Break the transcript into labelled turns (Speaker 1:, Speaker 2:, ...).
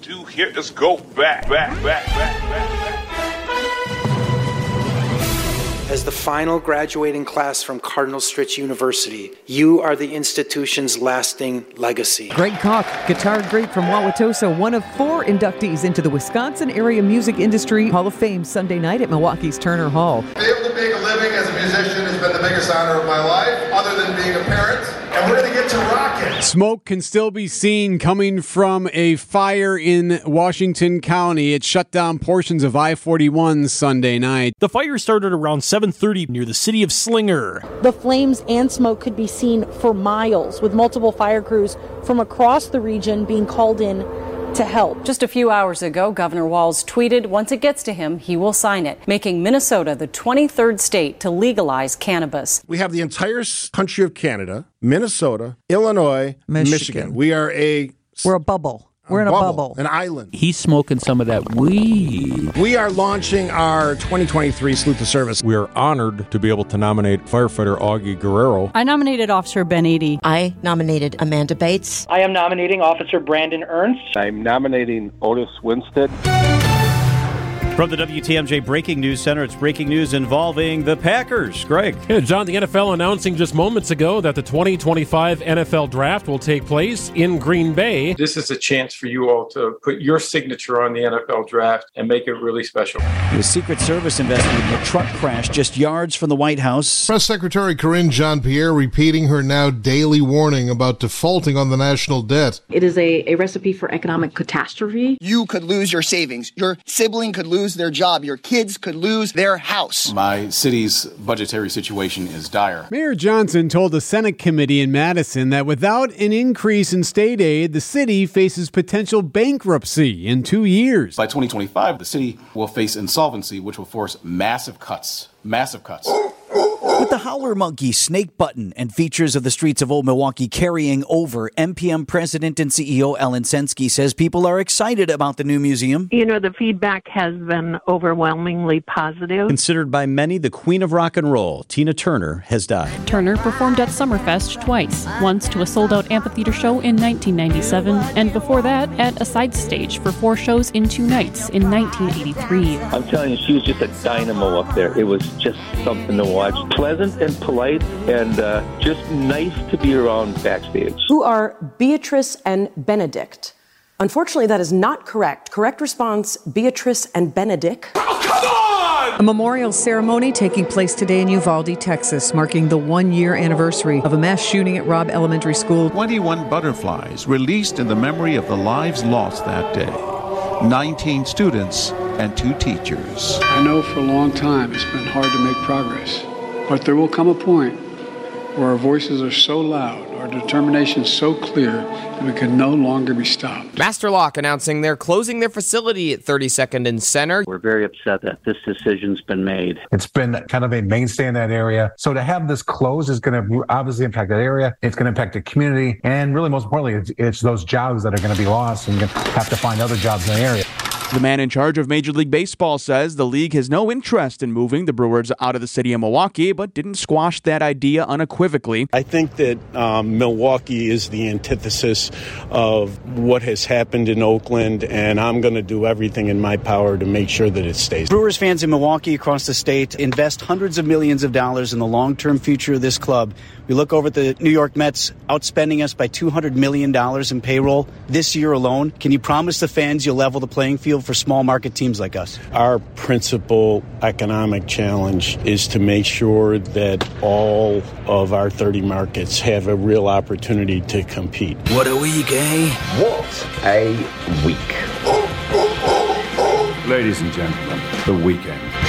Speaker 1: do here is go back, back, back, back, back, back.
Speaker 2: As the final graduating class from Cardinal Stritch University, you are the institution's lasting legacy.
Speaker 3: Greg Koch, guitar great from Wauwatosa, one of four inductees into the Wisconsin Area Music Industry Hall of Fame Sunday night at Milwaukee's Turner Hall.
Speaker 4: Being able to make a living as a musician has been the biggest honor of my life, other than being a parent. And we're going to get to rock it.
Speaker 5: Smoke can still be seen coming from a fire in Washington County. It shut down portions of I 41 Sunday night.
Speaker 6: The fire started around 7:30 near the city of Slinger.
Speaker 7: The flames and smoke could be seen for miles, with multiple fire crews from across the region being called in to help.
Speaker 8: Just a few hours ago, Governor Walz tweeted once it gets to him, he will sign it, making Minnesota the 23rd state to legalize cannabis.
Speaker 9: We have the entire s- country of Canada, Minnesota, Illinois, Michigan. We are a
Speaker 3: We're a bubble. We're in a bubble.
Speaker 9: an island.
Speaker 10: He's smoking some of that weed.
Speaker 9: We are launching our 2023 Salute to Service.
Speaker 11: We are honored to be able to nominate firefighter Augie Guerrero.
Speaker 12: I nominated Officer Ben Eady.
Speaker 13: I nominated Amanda Bates.
Speaker 14: I am nominating Officer Brandon Ernst.
Speaker 15: I'm nominating Otis Winstead.
Speaker 16: From the WTMJ Breaking News Center, it's breaking news involving the Packers. Greg.
Speaker 17: Yeah, John, the NFL announcing just moments ago that the 2025 NFL draft will take place in Green Bay.
Speaker 18: This is a chance for you all to put your signature on the NFL draft and make it really special.
Speaker 19: The Secret Service investigating a truck crash just yards from the White House.
Speaker 20: Press Secretary Corinne Jean Pierre repeating her now daily warning about defaulting on the national debt.
Speaker 4: It is a, a recipe for economic catastrophe.
Speaker 21: You could lose your savings. Your sibling could lose their job. Your kids could lose their house.
Speaker 22: My city's budgetary situation is dire.
Speaker 5: Mayor Johnson told a Senate committee in Madison that without an increase in state aid, the city faces potential bankruptcy in two years.
Speaker 22: By 2025, the city will face insolvency, which will force massive cuts. Massive cuts.
Speaker 19: With the howler monkey, snake button, and features of the streets of old Milwaukee carrying over, MPM president and CEO Ellen Sensky says people are excited about the new museum.
Speaker 23: You know, the feedback has been overwhelmingly positive.
Speaker 24: Considered by many the queen of rock and roll, Tina Turner, has died.
Speaker 12: Turner performed at Summerfest twice, once to a sold out amphitheater show in 1997, and before that at a side stage for four shows in two nights in 1983.
Speaker 25: I'm telling you, she was just a dynamo up there. It was just something to watch. Pleasant and polite and uh, just nice to be around backstage.
Speaker 26: Who are Beatrice and Benedict? Unfortunately, that is not correct. Correct response Beatrice and Benedict.
Speaker 3: A memorial ceremony taking place today in Uvalde, Texas, marking the one year anniversary of a mass shooting at Robb Elementary School.
Speaker 27: 21 butterflies released in the memory of the lives lost that day. 19 students and two teachers.
Speaker 28: I know for a long time it's been hard to make progress, but there will come a point where our voices are so loud, our determination so clear, that we can no longer be stopped.
Speaker 29: Master Lock announcing they're closing their facility at 32nd and Center.
Speaker 30: We're very upset that this decision's been made.
Speaker 31: It's been kind of a mainstay in that area. So to have this close is going to obviously impact that area. It's going to impact the community. And really, most importantly, it's, it's those jobs that are going to be lost and you're going to have to find other jobs in the area.
Speaker 32: The man in charge of Major League Baseball says the league has no interest in moving the Brewers out of the city of Milwaukee, but didn't squash that idea unequivocally.
Speaker 33: I think that um, Milwaukee is the antithesis of what has happened in Oakland, and I'm going to do everything in my power to make sure that it stays.
Speaker 19: Brewers fans in Milwaukee across the state invest hundreds of millions of dollars in the long term future of this club. We look over at the New York Mets outspending us by $200 million in payroll this year alone. Can you promise the fans you'll level the playing field for small market teams like us?
Speaker 33: Our principal economic challenge is to make sure that all of our 30 markets have a real opportunity to compete.
Speaker 34: What a week, eh?
Speaker 35: What a week.
Speaker 36: Ladies and gentlemen, the weekend.